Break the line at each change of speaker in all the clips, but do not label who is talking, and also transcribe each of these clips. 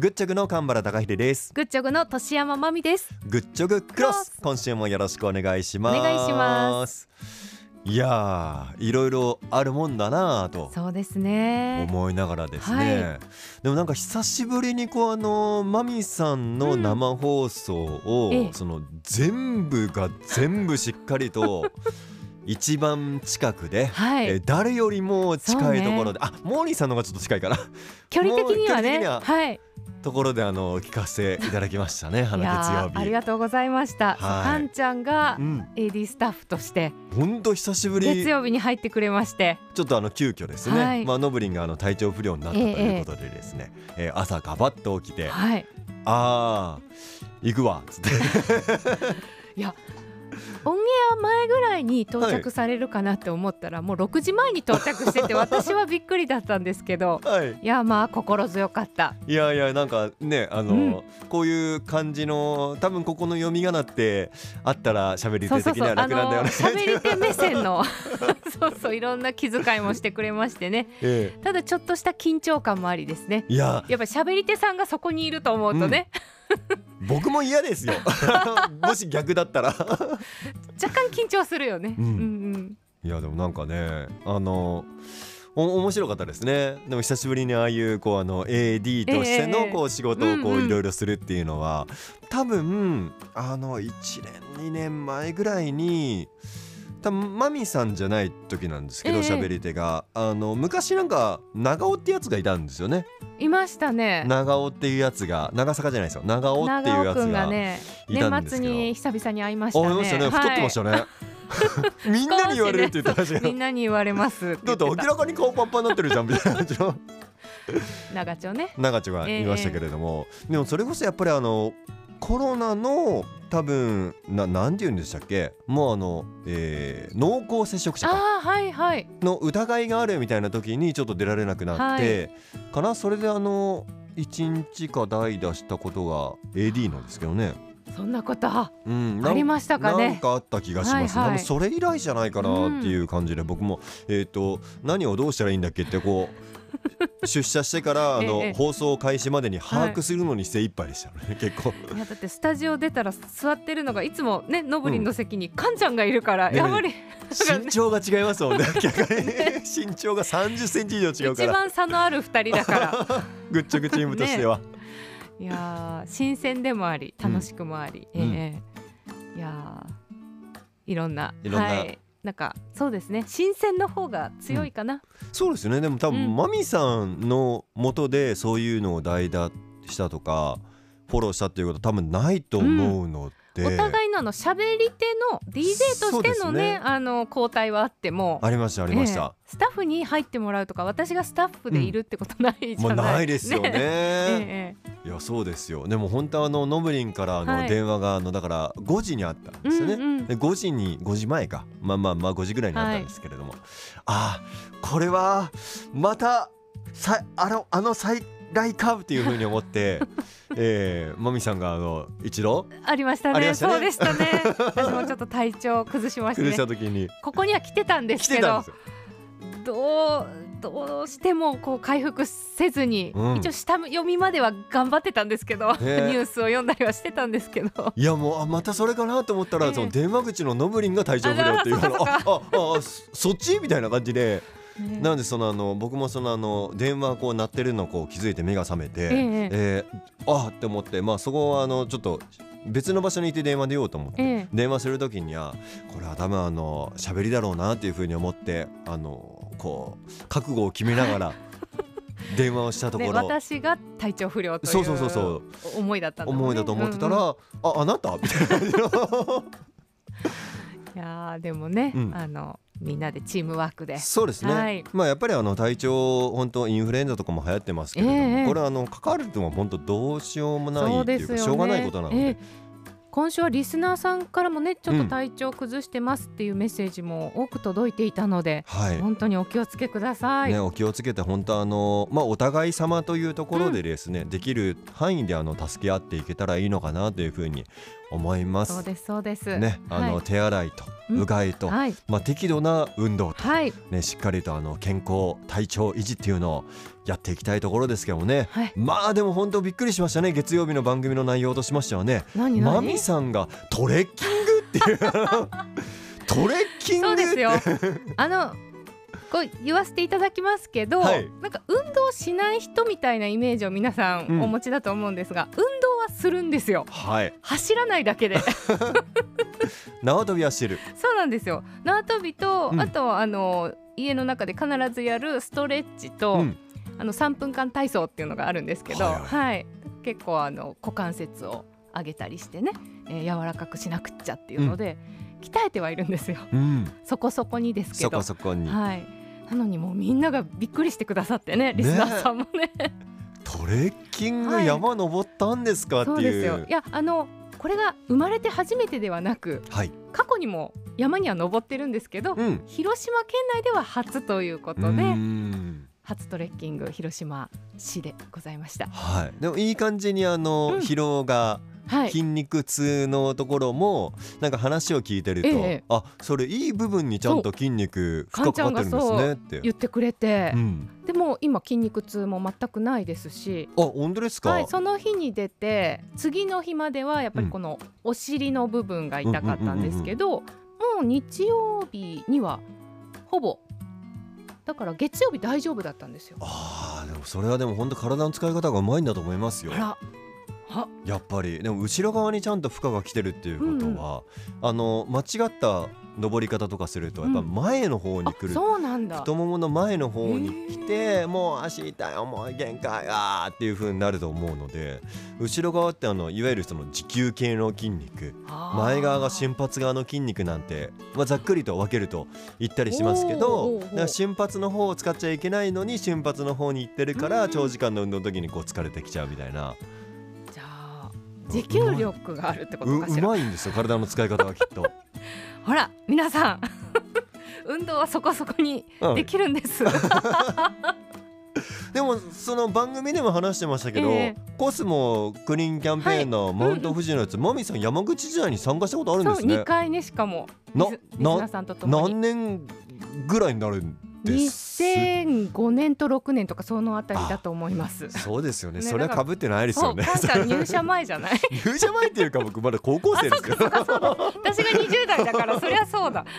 グッチョグの神原孝秀です
グッチョグの年山まみです。
グッチョグクロス
クロス
今週もよろしくお願いします
お願いします
いやーいろいろあるもんだなぁと
そうですね。
思いながらですね、
は
でもなんか久しぶりにこうあのマミさんの生放送を、
うんええ
その全部が全部しっかり と一番近くで、
は
え
い。
誰よりも近いところ
そう
で、あモーリーさんの方がちょっと近いかな
距離的には
もう距離
ね。
的には
はい。
ところであの聞かせていただきましたねあの
い
月曜
や
日
ーありがとうございました。そう
はい
かんちゃんが
う。ん
AD スタッフとして
本当久しぶり
月曜日に入ってくれまして
ちょっとあの急遽ですね、
はい
まあノブリンがあの体調不良になったということでですね、えー朝ガバッと起きて、あ
はい
あー行くわっつって
オンエア前ぐらいに到着されるかなって思ったら、もう6時前に到着し てて私はびっくりだったんですけど
はい
いやまあ心強かった
いやいやなんかねあの、
うん
こういう感じの多分ここの読み仮名ってあったら喋り
そう
手
そう
的に
そう
は
あ
楽なんだよ
の
ね。
喋り手目線のそうそういろんな気遣いもしてくれましてね
え
ただちょっとした緊張感もありですね
えいや
やっぱ喋り手さんがそこにいると思うとね、
僕も嫌です よ もし逆だったら
若干緊張するよね。
うん
うん
いやでもなんかねあのお面白かったですねでも久しぶりにああいうこうあの AD として
えええ
の
え
こう仕事をこ
うん
う
うん
いろいろするっていうのは多分あの1年2年前ぐらいに多分マミさんじゃない時なんですけど
ええ
喋、り手があの昔なんか長尾ってやつがいたんですよね
うん、いましたね。
長尾っていうやつが長坂じゃないですよ長尾っていう
長
や
尾
つ
くんが
が
ね
いたんで
年
す
末
けど、
に久々に会いましたね。
思いましたね、太ってました
は
ね みんなに言われるって言ってましたけ
い、
ど
みんなに言われますっ
だっ
て言ってて
明
た。
らかに顔パンパンになってるじゃんみたいな感じの
長丁ね。
長ちが言いましたけれども、でもそれこそやっぱりあのコロナの多分ななんて言うんでしたっけもうあの、えー濃厚接触者か
ああはいはい。
の疑いがあるみたいな時にちょっと出られなくなって、かなそれであの1日か代打したことが AD なんですけどね。
そんなことあ
うん、なん
りましたか
なん
ね。
かあった気がします、
はいはい
多分それ以来じゃないかなっていう感じで、僕も、えー、と何をどうしたらいいんだっけってこ う出社してからあの、
ええ
放送開始までに把握するのに精一杯でしたね、結構。
いやだってスタジオ出たら座ってるのがいつもねのぶりんの席にカンちゃんがいるから、
ね
やっぱり
身長が違いますもんね逆に身長が3 0センチ以上違うか
一
ら
番差のある二人だから。
グッチョグチームとしては、
いやー新鮮でもあり楽しくもあり、
うん
ええいやーいろんない
ろんな
はい、なんかそうですね新鮮の方が強いかな、
そうですよねでも多分、
うん
マミさんの元でそういうのを代打したとかフォローしたっていうこと多分ないと思うので、
お互いのあの喋り手の DJ と
そう
し
で
て
す
の
ね
ねあの交代はあっても
ありましたありました。
ええスタッフに入ってもらうとか私がスタッフでいるってことないじ
も
ゃな
う
い、
ない ですよね。
えええ
いやそうですよ。でも本当はあのノブリンからあ
は
の
い
電話があのだから5時にあったんで
え
すよね。
うんうん
で5時に5時前かまあまあまあ5時ぐらいにあったんですけれども、ああこれはまたさあのあの再来かっていうふうに思 って、えー、マミさんがあの一度
ありました
あり
ね
ましたね
そうでしたね私もちょっと体調崩しまして、
崩し
ね
た、時に
ここには来てたんで
来
す
て
け
たん
ど
ですよ。
どうどうしてもこう回復せずに、
うん
一応下読みまでは頑張ってたんですけど、
え
ニュースを読んだりはしてたんですけど。
いやもうあまたそれかなと思ったら、
ええ
その電話口のノブリンが体調不良っていうから
あら
ああああそそっちみたいな感じで。なんでそのあの僕もそのあの電話こう鳴ってるのこう気づいて目が覚めて、
ええ
えーあーって思ってまあそこはあのちょっと別の場所にいて電話出ようと思って、
ええ
電話する時にはこれは多分あの喋りだろうなっていうふうに思ってあのこう覚悟を決めなが ら電話をしたとこ
ね、
ろ、
私が体調不良という
そうそうそうそ
思いだったんだもんね
思いだと思ってたら、
うんうん
ああなたみたいな感じの
いやーでもね、
うん
あのみんなでチームワークで
そうですね、
はい
まあやっぱりあの体調本当インフルエンザとかも流行ってますけれども、
ええ
これはあのかかるっても本当どうしようもない
そ
っ
う
て
で
いう
す
か
よね
しょうがないことなので、
ええ今週はリスナーさんからもねちょっと体調崩してますっていうメッセージも多く届いていたので、
はい。
本当にお気をつけください、
ね、お気をつけて本当あの、まあ、お互い様というところでですね、できる範囲であの助け合っていけたらいいのかなというふうに思いま
そう
す。
ですそうです。
ね、あの、
はい
手洗いと
うん
うがいと、
はい
まあ、適度な運動と、
はい
ね、しっかりとあの健康体調維持っていうのをやっていきたいところですけどもね、
はい
まあでも本当びっくりしましたね月曜日の番組の内容としましてはね
何
マ
何？
ミさんがトレッキングって いうトレッキング
そうですよ。あのこう言わせていただきますけど、
はい
なんか運動しない人みたいなイメージを皆さ
うん
んお持ちだと思うんですが、運動はするんですよ。
はい
走らないだけで
縄跳びはしてる
そうなんですよ縄跳びと、
うん
あとあの家の中で必ずやるストレッチと、
うん
あの3分間体操っていうのがあるんですけど、
は
はいい
はい
結構あの股関節を上げたりしてね、えー柔らかくしなくっちゃっていうので、鍛えてはいるんですよ
うん
そこそこにですけ
そ
ど
こそこに
はいなのにもうみんながびっくりしてくださってねリスナーさんもね
トレッキング
はい
山登ったんですかって
そうで
い
す
う,、
よいやあのこれが生まれて初めてではなく
はい
過去にも山には登ってるんですけど、
うん
広島県内では初というこ
う
とで、
ん
初トレッキング広島市でございました
はいでもいい感じにあの、
うん
疲労が
はい
筋肉痛のところもなんか話を聞いてると、
ええ
あそれいい部分にちゃんと筋肉負荷かかってるんで
そう
す
カンちゃん
ね
が
って
言ってくれて、
うん、
でも今筋肉痛も全くないですし、
あ本当ですか、
はい、その日に出て次の日まではやっぱりこのお尻の部分が痛かったんですけど、もう日曜日にはほぼだから月曜日大丈夫だったんですよ。
あーでもそれはでも本当体の使い方がうまいんだと思いますよ
あらは
やっぱりでも後ろ側にちゃんと負荷が来てるっていうことは、あの間違った登り方とかするとやっぱ前の方に
あ
来る、
そうなんだ
太ももの前の方に来てもう足痛い重い限界あーっていう風になると思うので後ろ側ってあのいわゆるその持久系の筋肉前側が
心
瞬発側の筋肉なんて、まあ、ざっくりと分けると言ったりしますけ
おー
ど
おーおー
だから瞬発の方を使っちゃいけないのに瞬発の方に行ってるか
う
ら
ん
長時間の運動の時にこう疲れてきちゃうみたいな
じゃあ持久力があるってこ
う
と
う
かしら
まいんですよ体の使い方はきっ と。
ほら皆さん 運動はそこそこに
うん
できるんです、
でもその番組でも話してましたけど、
ええ
コスモクリーンキャンペーンのマウント富士のやつ、マミさん山口時代に参加したことあるん で
そう
す
2
ね。
回ねしかもリ
な
スリスナー
な
さんとともに
何年ぐらいになるんです。
2005年と6年とかそのあたりだと思います。
そうですよね。
ね
それは
だか
被ってないです
そ
よ
う、
ね。
カンちゃん入社前じゃない。
入社前っていうか僕まだ高校生ですけど
私が20代だから、そりゃそうだ。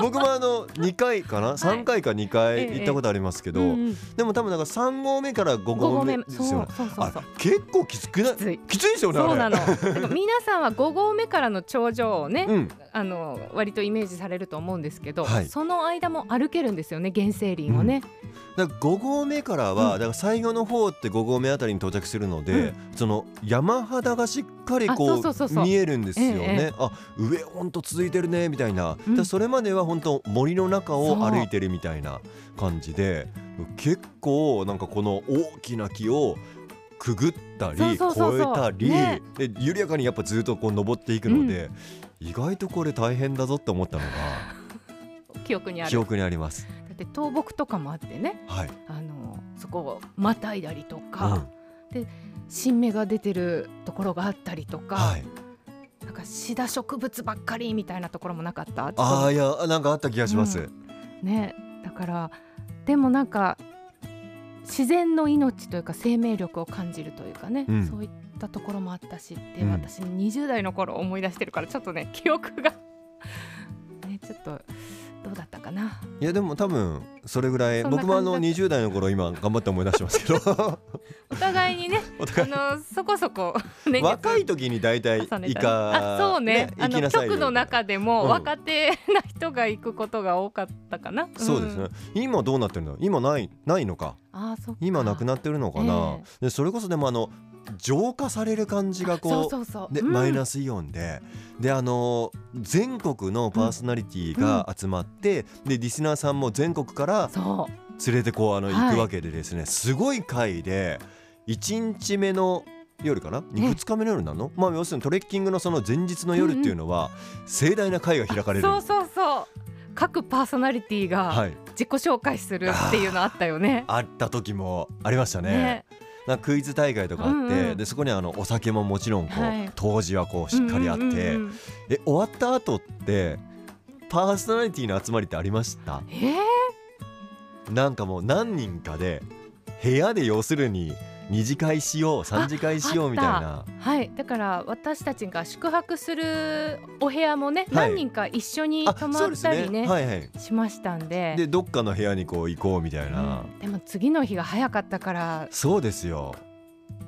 僕もあの2回かな3回か2回
ええ
行ったことありますけど、
うんうん
でも多分なんか3合目から5
5
合
合
目
目
で、
そう、
すよ
そう
ね
そう
あ
そう。
結構きつくない
きつい
きついですよね
そうな
あれ
の。 でも皆さんは5合目からの頂上をね、
うん
あの割とイメージされると思うんですけど、
はい
その間も歩けるんですよね、原生林をね。
だから5合目からは、
う
だ
ん
から最後の方って5合目あたりに到着するので、
うん
その山肌がしっかりこ
あ
う
そうそうそうそう
見えるんですよね、
ええ
あ上ほんと続いてるねみたいな、
うん
だからそれまでは本当森の中を
そう
歩いてるみたいな感じで結構なんかこの大きな木をくぐったり
そうそうそうそう
越えたり、
ね
で緩やかにやっぱずっとこう登っていくので、意外とこれ大変だぞって思ったの
記憶に
が
あ
記
る。
憶にあります。
だって倒木とかもあってね、
はい、
あのそこをまたいだりと
うん
か、新芽が出てるところがあったりとか。
はい
なんかシダ植物ばっかりみたいなところもなかった
ああいやなんかあった気がします。
うんねだからでもなんか自然の命というか生命力を感じるというかね、
うん
そういったところもあったしって、
うん
私20代の頃を思い出してるからちょっとね記憶が ねちょっとどうだったかない
やでも多分それぐらい
そんな
僕もあの
感じ
20代の頃今頑張って思い出してますけ ど
お互いに ね
お互い
あのそこそこ年月
若い時に大体
重ね
イ
たね
カ
あそうね
行
あ
き
の
なさいよ
局の中でも
うん
若手な人が行くことが多かったかな、
そうですね
ん、
今どうなってるの今ないないのか
あーそっか
今なくなってるのかな
え、
でそれこそでもあの浄化される感じがこう
あそうそうそう
で、
うん
マイナスイオンでであの全国のパーソナリティが集まって、でリスナーさんも全国から
そう
連れてこうあの
はい
行くわけでですね、すごい回で1日目の夜かな
ええ
2日目の夜なの、まあ、要するにトレッキングのその前日の夜っていうのは盛大な会が開かれる、
そうそうそう各パーソナリティが
はい、
自己紹介するっていうのあったよね。
あった時もありましたね
ね
なんかクイズ大会とかあって、
うんうん
でそこにあのお酒ももちろんこう、
はい
当時はこうしっかりあって、
うんうんうんうん
え終わった後ってパーソナリティの集まりってありました
えー
なんかもう何人かで部屋で要するに二次会しよう三次会しようみたいな
はい、だから私たちが宿泊するお部屋もね、
はい
何人か一緒に
あ
泊
そ
ま
うで
っ
す
たりね
はいはい
しましたんで
でどっかの部屋にこう行こうみたいな、
うんでも次の日が早かったから
そうですよ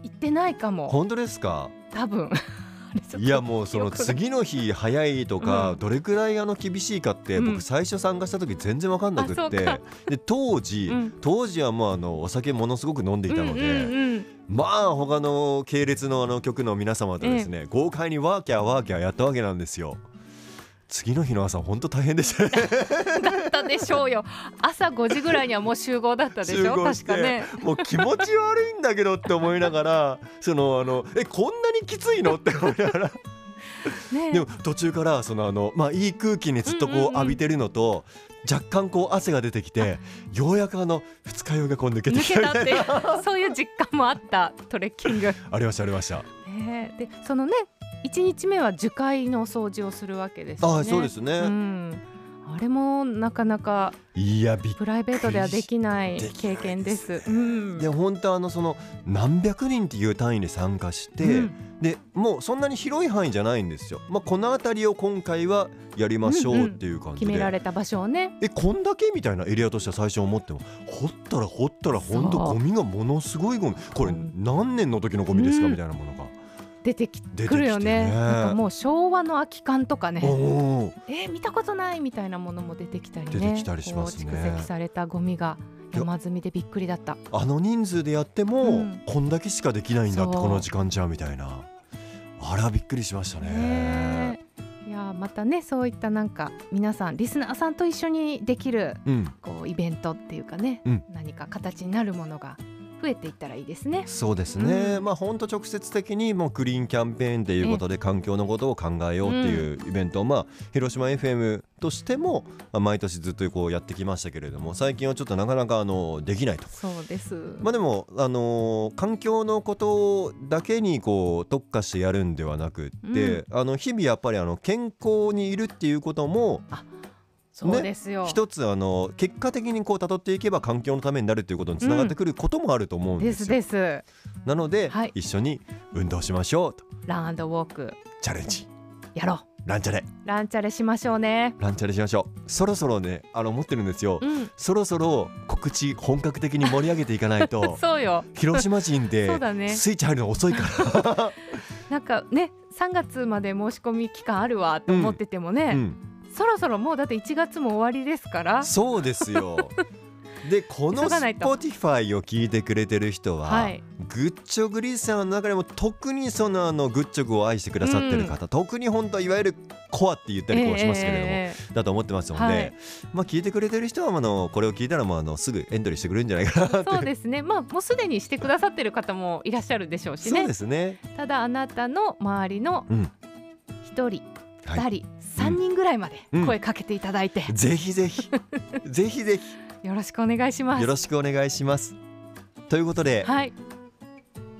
行ってないかも
本当ですか
多分 あれちょっと
いやもうその
記憶が
次の日早いとか、
うん
どれくらいあの厳しいかって、
うん
僕最初参加した時全然わかんなく
あそ
っ
う
て
か
で当時、
うん
当時はもうあのお酒ものすごく飲んでいたので、
うんうんうん
まあ他の系列のあの局の皆様とですね、豪快にワーキャーワーキャーやったわけなんですよ次の日の朝本当大変でしたね
だったでしょうよ朝5時ぐらいにはもう集合だったでし
集
ょ
合し
確
て
かね
もう気持ち悪いんだけどって思いながらそのあのえこんなにきついのって思いなが ら
ね
でも途中からそのあの、まあ、いい空気にずっと
うんうん
こ
う
うん浴びてるのと、若干こう汗が出てきてようやくあの二日酔いがこう抜けて
抜
き
けた
た
ってそういう実感もあったトレッキング、
ありましたありました
ね、でそのね1日目は樹海の掃除をするわけですよね
ああそうですね、
うん、あれもなかなか
いやびっく
プライベートではできない
できない
経験です。
です
う
ね
ん、
りで本当あのその何百人っていう単位で参加して、
うん
でもうそんなに広い範囲じゃないんですよ、まあ、この辺りを今回はやりましょうっていう感じ
決
で、
められた場所をね、
えこんだけみたいなエリアとしては最初思っても掘ったら掘ったら本当
そう
ゴミがものすごいゴミこれ
うん
何年の時のゴミですか
うん
みたいなものが。
出てき
出てきてね
くるよね。なんかもう昭和の空き缶とかね、
おー
えー見たことないみたいなものも出てきたりね、
出てきたりしますね
こう蓄積されたゴミが山積みでびっくりだった。
あの人数でやっても、
うん
こんだけしかできないんだって
そう
この時間じゃみたいなあらびっくりしましたね
ねえいやーまたねそういったなんか皆さんリスナーさんと一緒にできる
うん
こうイベントっていうかね、
うん
何か形になるものが増えていったらいいですね。
そうですね、
うん
まあ本当直接的にもうクリーンキャンペーンということで環境のことを考えようっていうイベントを、まあ広島 FM としてもまあ毎年ずっとこうやってきましたけれども最近はちょっとなかなかあのできないと
そうです。
まあでも、あのー環境のことだけにこう特化してやるんではなくって、あの日々やっぱりあの健康にいるっていうことも
そうですよ。
一つあの結果的にこう辿っていけば環境のためになるということにつながってくることもあると思うん
で
です
す
よ。
です。
なので、
はい
一緒に運動しましょうと
ランウォーク
チャレンジ
やろ
ランチャレ
う。ランチャレしましょうね。
ランチャレしましょうそろそろねあの持ってるんですよ。
うん。
そろそろ告知本格的に盛り上げていかないと
そうよ。
広島人で
そうだね
スイッチ入るの遅いから。
なんかね、3月まで申し込み期間あるわと思っててもね、
うん
そろそろもうだって1月も終わりですから。
そうですよ。でこの
急がないと
Spotify を聞いてくれてる人は、
はい
グッチョグリスさんの中でも特にそのあのグッチョグを愛してくださってる方、特に本当はいわゆるコアって言ったりこうしますけれども、
え
だと思ってますので、
はい
まあ聞いてくれてる人はあのこれを聞いたらもうあのすぐエントリーしてくれるんじゃないか
えええそうです ね。まあもうすでにしてくださってる方もいらっしゃるでしょう
そ
し
う
ね
で。すね。
ただあなたの周りの
うん
一人、
はい
二人、三人ぐらいまで
うん
声かけていただいて、
ぜひぜひぜひ ぜ
よろしくお願いしま
ひよ
す。
ろしくお願いします。ということで、
はい。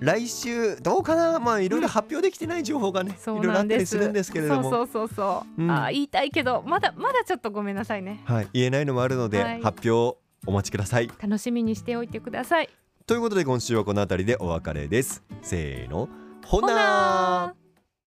来週どうかなまあいろいろ発表できてない情報がね、
そ
いうろいろあ
な
っ
ん
た
で
り
す。
するんですけれども。
そうそうそうそう。
うん
あー言いたいけどまだまだちょっとごめんなさいね。
はい、言えないのもあるので、
はい
発表をお待ちください
楽しみにしておいてください。
ということで今週はこの辺りでお別れですせーのほ
ほ
なー
なー